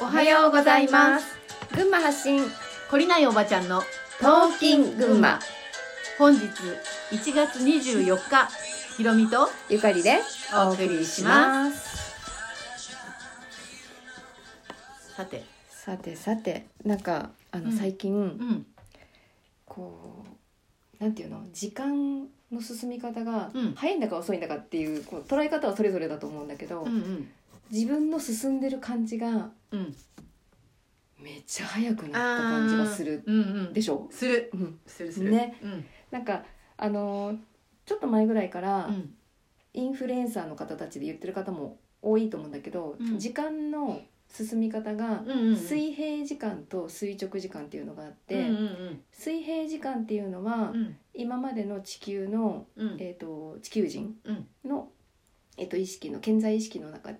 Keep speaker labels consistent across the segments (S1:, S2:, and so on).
S1: おはようございます群馬発信
S2: 懲りないおばちゃんの
S1: トーキン群馬
S2: 本日1月24日ひろみと
S1: ゆかりで
S2: お送りしますさて
S1: さてさてなんかあの
S2: うん
S1: 最近、
S2: ん
S1: こうなんていうの時間の進み方が
S2: うん
S1: 早いんだか遅いんだかっていうこう捉え方はそれぞれだと思うんだけど、
S2: うん
S1: 自分の進んでる感じが
S2: うん
S1: めっちゃ早くなった感じがする
S2: うんうん
S1: でしょ、
S2: する
S1: うん、
S2: するする
S1: ね
S2: うん
S1: なんかあのーちょっと前ぐらいから、
S2: うん
S1: インフルエンサーの方たちで言ってる方も多いと思うんだけど、
S2: うん
S1: 時間の進み方が
S2: うんうん
S1: 水平時間と垂直時間っていうのがあって、
S2: うんうん
S1: 水平時間っていうのは、
S2: うん
S1: 今までの地球の、
S2: うん
S1: えー、と地球人
S2: うん
S1: の、えー、と意識の健在意識の中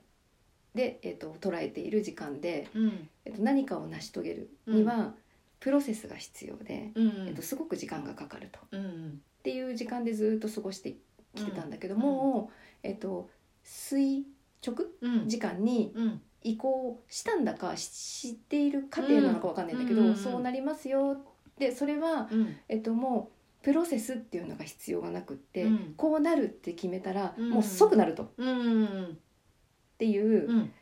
S1: で、えー、と捉えている時間で、
S2: うん
S1: えー、と何かを成し遂げるには、プロセスが必要で、
S2: うん
S1: えー、とすごく時間がかかると。
S2: うんうん
S1: っていう時間でずっと過ごしてきてたんだけど、
S2: うん
S1: もう、えっと、垂直
S2: うん
S1: 時間に
S2: うん
S1: 移行したんだかし知っている過程なのかわかんないんだけど、
S2: うんうんうん
S1: そうなりますよでそれは、
S2: うん
S1: えっと、もうプロセスっていうのが必要がなくって、
S2: うん
S1: こうなるって決めたら、
S2: うん
S1: もう即なるとっ
S2: うんうん
S1: ていううん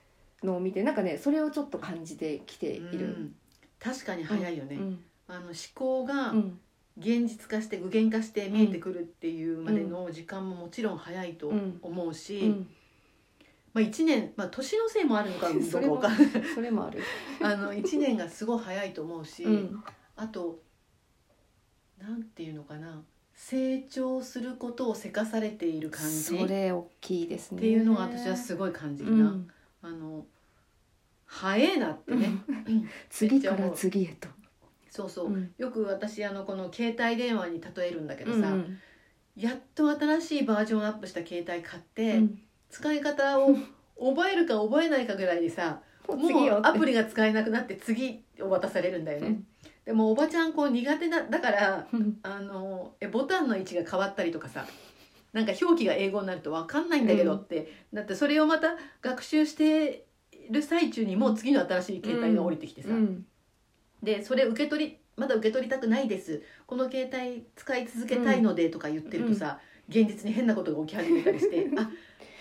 S1: のを見てなんかねそれをちょっと感じてきている。
S2: うん確かに早いよ
S1: う
S2: ね、
S1: ん
S2: あの思考が
S1: うん
S2: 現実化して具現化して見えてくるっていうまでの時間ももちろん早いと思うし、
S1: うん
S2: まあ、1年、まあ、年のせいもあるのか
S1: そ
S2: ど
S1: れも
S2: こか
S1: それもある。
S2: あの1年がすごい早いと思うし、
S1: うん
S2: あとなんていうのかな成長することをせかされている感じ
S1: そ
S2: っ
S1: れ大きいですね。
S2: ていうのが私はすごい感じるな。
S1: うん
S2: あの早えなってね、うん
S1: 次から次へと。
S2: そうそう、
S1: うん
S2: よく私あのこの携帯電話に例えるんだけど
S1: うん
S2: さ、やっと新しいバージョンアップした携帯買って、
S1: うん
S2: 使い方を覚えるか覚えないかぐらいにさ
S1: もう次
S2: も
S1: よ
S2: うアプリが使えなくなって次を渡されるんだよね、
S1: うん
S2: でもおばちゃんこう苦手だだから
S1: うん
S2: あのえボタンの位置が変わったりとかさなんか表記が英語になると分かんないんだけどって、だってそれをまた学習してる最中にもう次の新しい携帯が降りてきてさ、
S1: うん
S2: でそれ受け取りまだ受け取りたくないですこの携帯使い続けたいのでとか言ってるとさ、現実に変なことが起き始めたりしてあ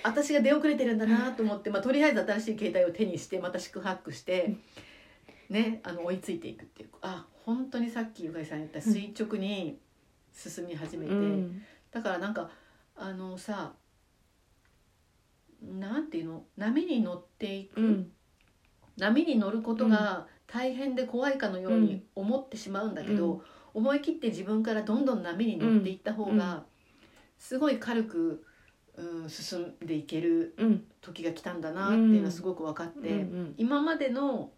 S2: 私が出遅れてるんだなと思って、まあ、とりあえず新しい携帯を手にしてまた宿泊して、ね、あの追いついていくっていうあ本当にさっきゆかりさん言った垂直に進み始めて、
S1: うん
S2: だからなんかあのさなんていうの波に乗っていく、
S1: うん
S2: 波に乗ることが大変で怖いかのように思ってしまうんだけど、
S1: う
S2: 思い切って自分からどんどん波に乗っていった方
S1: うんう
S2: がすごい軽く、うん、進んでいける
S1: うん
S2: 時が来たんだなっていうのはすごく分かって、
S1: うん
S2: 今までの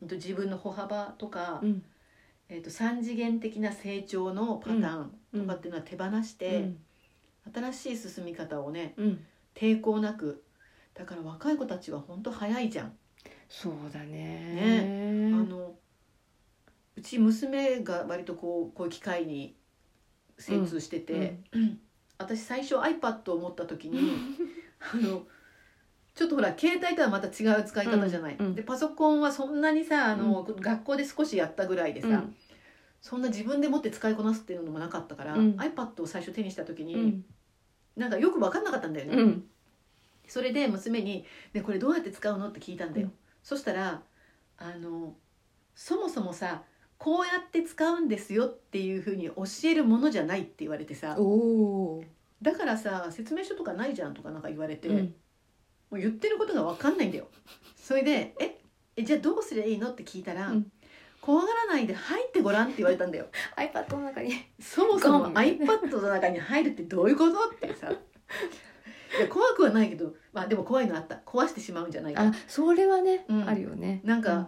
S2: うんと自分の歩幅とか、
S1: うん
S2: えー、と3次元的な成長のパターンとかっていうのは手放して、新しい進み方をね
S1: うん
S2: 抵抗なくだから若い子たちは本当早いじゃん。
S1: そうだ
S2: あ
S1: ね。
S2: のうち娘が割とこうこういう機会に精通してて、私最初 iPad を持った時にあのちょっとほら携帯とはまた違う使い方じゃない、
S1: うんうん
S2: でパソコンはそんなにさあの、学校で少しやったぐらいでさ、
S1: うん
S2: そんな自分で持って使いこなすっていうのもなかったから、
S1: うん
S2: iPad を最初手にした時に、
S1: うん
S2: なんかよく分かんなかったんだよね、
S1: うん
S2: それで娘に、ね「これどうやって使うの?」って聞いたんだよ、
S1: うん
S2: そしたらあのそもそもさこうやって使うんですよっていうふうに教えるものじゃないって言われてさ
S1: おー
S2: だからさ説明書とかないじゃんとかなんか言われて、
S1: うん
S2: もう言ってることが分かんないんだよそれで「ええじゃあどうすりゃいいの?」って聞いたら「
S1: うん
S2: 怖がらないで入ってごらん」って言われたんだよ
S1: iPad の中に
S2: そも そ
S1: ゴ
S2: も
S1: ン
S2: iPad の中に入るってどういうことってさいや怖くはないけどまあでも怖いのあった壊してしまうんじゃないか
S1: あそれはね
S2: うん
S1: あるよね。
S2: なんか、
S1: うん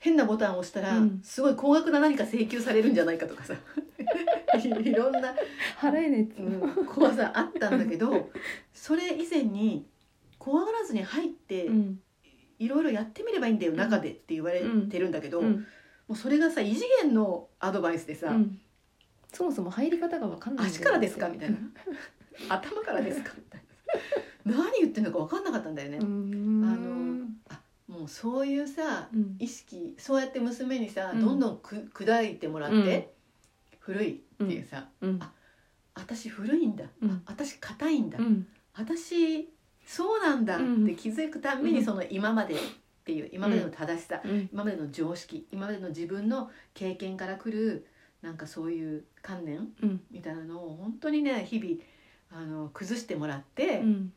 S2: 変なボタンを押したら、
S1: うん
S2: すごい高額な何か請求されるんじゃないかとかさ いいろんな、
S1: 払えねえって
S2: う
S1: いうの。
S2: ん、怖さあったんだけ どそれ以前に怖がらずに入って、
S1: うん
S2: いろいろやってみればいいんだよ
S1: うん
S2: 中でって言われてるんだけど、
S1: うん
S2: もうそれがさ異次元のアドバイスでさ「
S1: うんそもそも入り方がわかんないんだよ。
S2: 足からですか?」みたいな「頭からですか?」みたいな何言ってんのか分かんなかったんだよね。
S1: うん。
S2: あのもうもそういうさ
S1: うん
S2: 意識そうやって娘にさ、
S1: うん
S2: どんどんく砕いてもらって、
S1: うん
S2: 古いっていうさ、
S1: うん
S2: 私古いんだ、
S1: うん
S2: 私硬いんだ、
S1: うん
S2: 私そうなんだっ
S1: うん
S2: て気づくたんびに、
S1: うん
S2: その今までっていう今までの正しさ、
S1: うん
S2: 今までの常識今までの自分の経験からくるなんかそういう観念
S1: うん
S2: みたいなのを本当にね日々あの崩してもらって、
S1: うん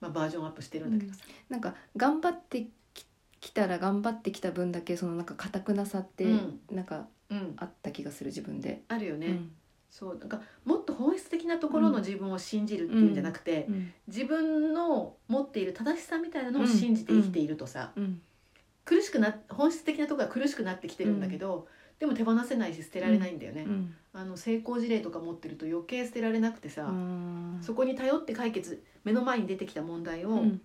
S2: まあ、バージョンアップしてるんだけどさ、
S1: なんか頑張ってききたら頑張ってきた分だけそのなんか固くなさって
S2: うん
S1: なんか
S2: うん
S1: あった気がする自分で。
S2: あるよね、
S1: うん
S2: そうなんかもっと本質的なところの自分を信じるっていうんじゃなくて、
S1: うん
S2: 自分の持っている正しさみたいなのを信じて生きているとさ、
S1: うん
S2: 苦しくな本質的なところが苦しくなってきてるんだけど、でも手放せないし捨てられないんだよね、
S1: うん
S2: あの成功事例とか持ってると余計捨てられなくてさ、
S1: あー
S2: そこに頼って解決目の前に出てきた問題を、
S1: うん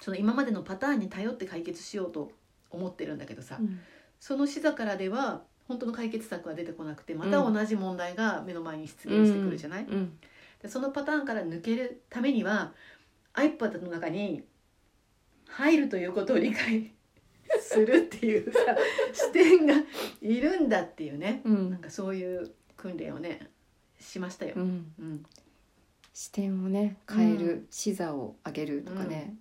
S2: その今までのパターンに頼って解決しようと思ってるんだけどさ、
S1: うん
S2: その視座からでは本当の解決策は出てこなくてまた同じ問題が目の前に出現してくるじゃない、
S1: うん
S2: でそのパターンから抜けるためには iPad の中に入るということを理 解するっていうさ視点がいるんだっていうね
S1: う
S2: なん
S1: ん
S2: かそういう訓練をねしましたよ
S1: う。ん
S2: うん
S1: 視点をね変える視座を上げるとかね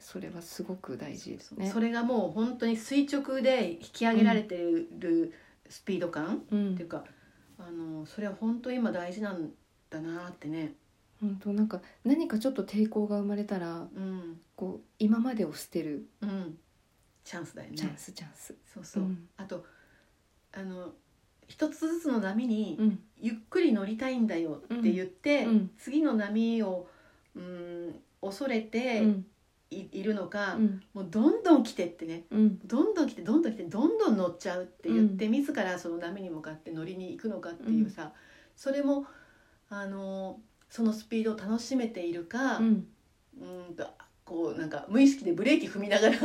S1: それはすごく大事ですね。
S2: それがもう本当に垂直で引き上げられてるスピード感、
S1: う
S2: ってい
S1: ん
S2: うかあのそれは本当今大事なんだなってね。
S1: 本当なんか何かちょっと抵抗が生まれたら
S2: うん
S1: こう今までを捨てる
S2: うん、チャンスだよね。
S1: チャンスチャンス。
S2: そうそう、
S1: うん
S2: あとあの一つずつの波に
S1: うん
S2: ゆっくり乗りたいんだよって言って、
S1: うんうん
S2: 次の波をうん恐れ
S1: う
S2: て
S1: ん
S2: い,、るのか、
S1: うん
S2: もうどんどん来てってね
S1: うん
S2: どんどん来てどんどん来てどんどん乗っちゃうって言って、
S1: う
S2: 自らその波に向かって乗りに行くのかっていうさ、それもあのそのスピードを楽しめているか、
S1: うん
S2: うーんとこうなんか無意識でブレーキ踏みながら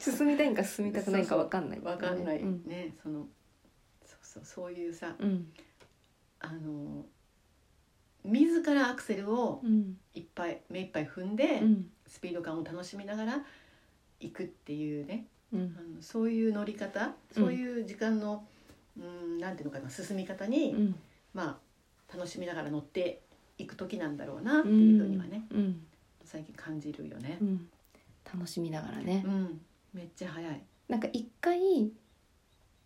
S1: 進みたいんか進みたくないんかわかんな い。
S2: わかんない、
S1: うん
S2: ねそのそうそうそういうさ
S1: うん
S2: あの自らアクセルを
S1: うん
S2: いっぱい目いっぱい踏んで、
S1: うん
S2: スピード感を楽しみながら行くっていうね
S1: うん
S2: あのそういう乗り方そういう時間の、うん、なんていうのかな進み方に、
S1: うん
S2: まあ楽しみながら乗っていく時なんだろうなっていうふうにはね、
S1: うん
S2: 最近感じるよね
S1: う。ん楽しみながらね
S2: う。ん、めっちゃ早い。
S1: なんか一回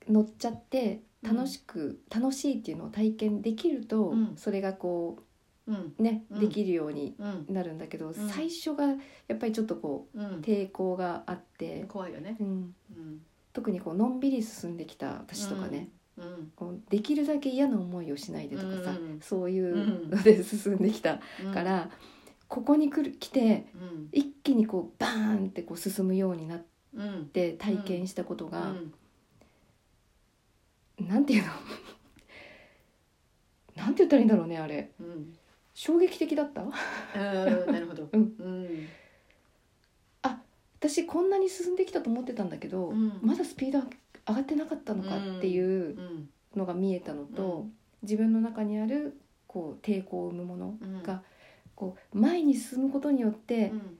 S1: 乗っちゃって楽しく、楽しいっていうのを体験できると、
S2: うん
S1: それがこ
S2: うん、
S1: うね、
S2: うん
S1: できるように
S2: うん、
S1: なるんだけど、
S2: ん
S1: 最初がやっぱりちょっとこ
S2: う、
S1: うん抵抗があって、
S2: 怖いよね。
S1: うん、
S2: うん、
S1: 特にこうのんびり進んできた私とかね、
S2: うん。
S1: こうできるだけ嫌な思いをしないでとかさ、
S2: うん
S1: そういううんので進んできた
S2: うん、
S1: か、ら、ここに来る来て
S2: うん、
S1: 一気にこうバーンってこう進むようになっ
S2: うん、
S1: て体験したこと
S2: う
S1: が、
S2: ん
S1: なんていうの なんて言ったらいいんだろうねあれ
S2: うん、
S1: 衝撃的だった
S2: あーなるほど。
S1: うん
S2: うん、
S1: 私こんなに進んできたと思ってたんだけど、
S2: うん
S1: まだスピード上がってなかったのかっていう
S2: うん、
S1: のが見えたのと、自分の中にあるこう抵抗を生むもの
S2: うん、
S1: がこう前に進むことによって
S2: うん、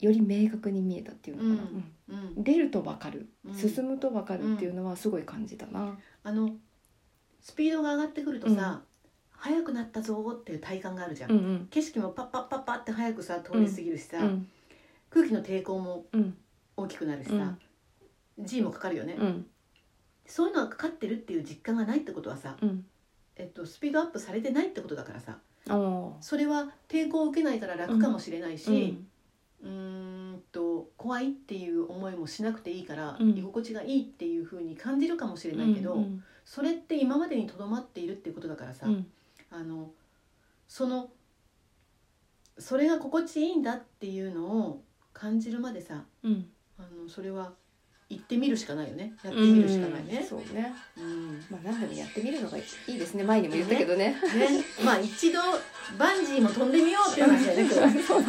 S1: より明確に見えたっていうのかな、
S2: うんうん
S1: う、ん出ると分かる、
S2: うん
S1: 進むと分かるっていうのはすごい感じたな。
S2: あの。スピードが上がってくるとさ、速くなったぞーっていう体感があるじゃん。
S1: うんうん
S2: 景色もパッパッパッパって早くさ通り過ぎるしさ、
S1: うん
S2: 空気の抵抗も
S1: うん
S2: 大きくなるしさ、G もかかるよね、
S1: うん
S2: そういうのがかかってるっていう実感がないってことはさ、
S1: うん
S2: えっと、スピードアップされてないってことだからさ
S1: あー
S2: それは抵抗を受けないから楽かもしれないし、
S1: う
S2: うー
S1: ん
S2: んと怖いっていう思いもしなくていいから、
S1: うん
S2: 居心地がいいっていう風に感じるかもしれないけど、
S1: うんうん
S2: それって今までにとどまっているっていうことだからさ、
S1: うん
S2: あのそのそれが心地いいんだっていうのを感じるまでさ
S1: うん
S2: あのそれは行ってみるしかないよねやってみるしかない
S1: うん
S2: ね。
S1: そうね。
S2: うん
S1: まあ何でもやってみるのがいいですね。前にも言ったけどね。
S2: ね、まあ一度バンジーも飛んでみようっていう話だね今日は。は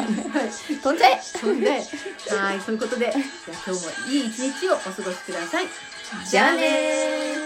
S2: い
S1: 飛んじゃえ。
S2: そんで、はい、そういうことで、じゃあ今日もいい一日をお過ごしください。
S1: じゃあねー。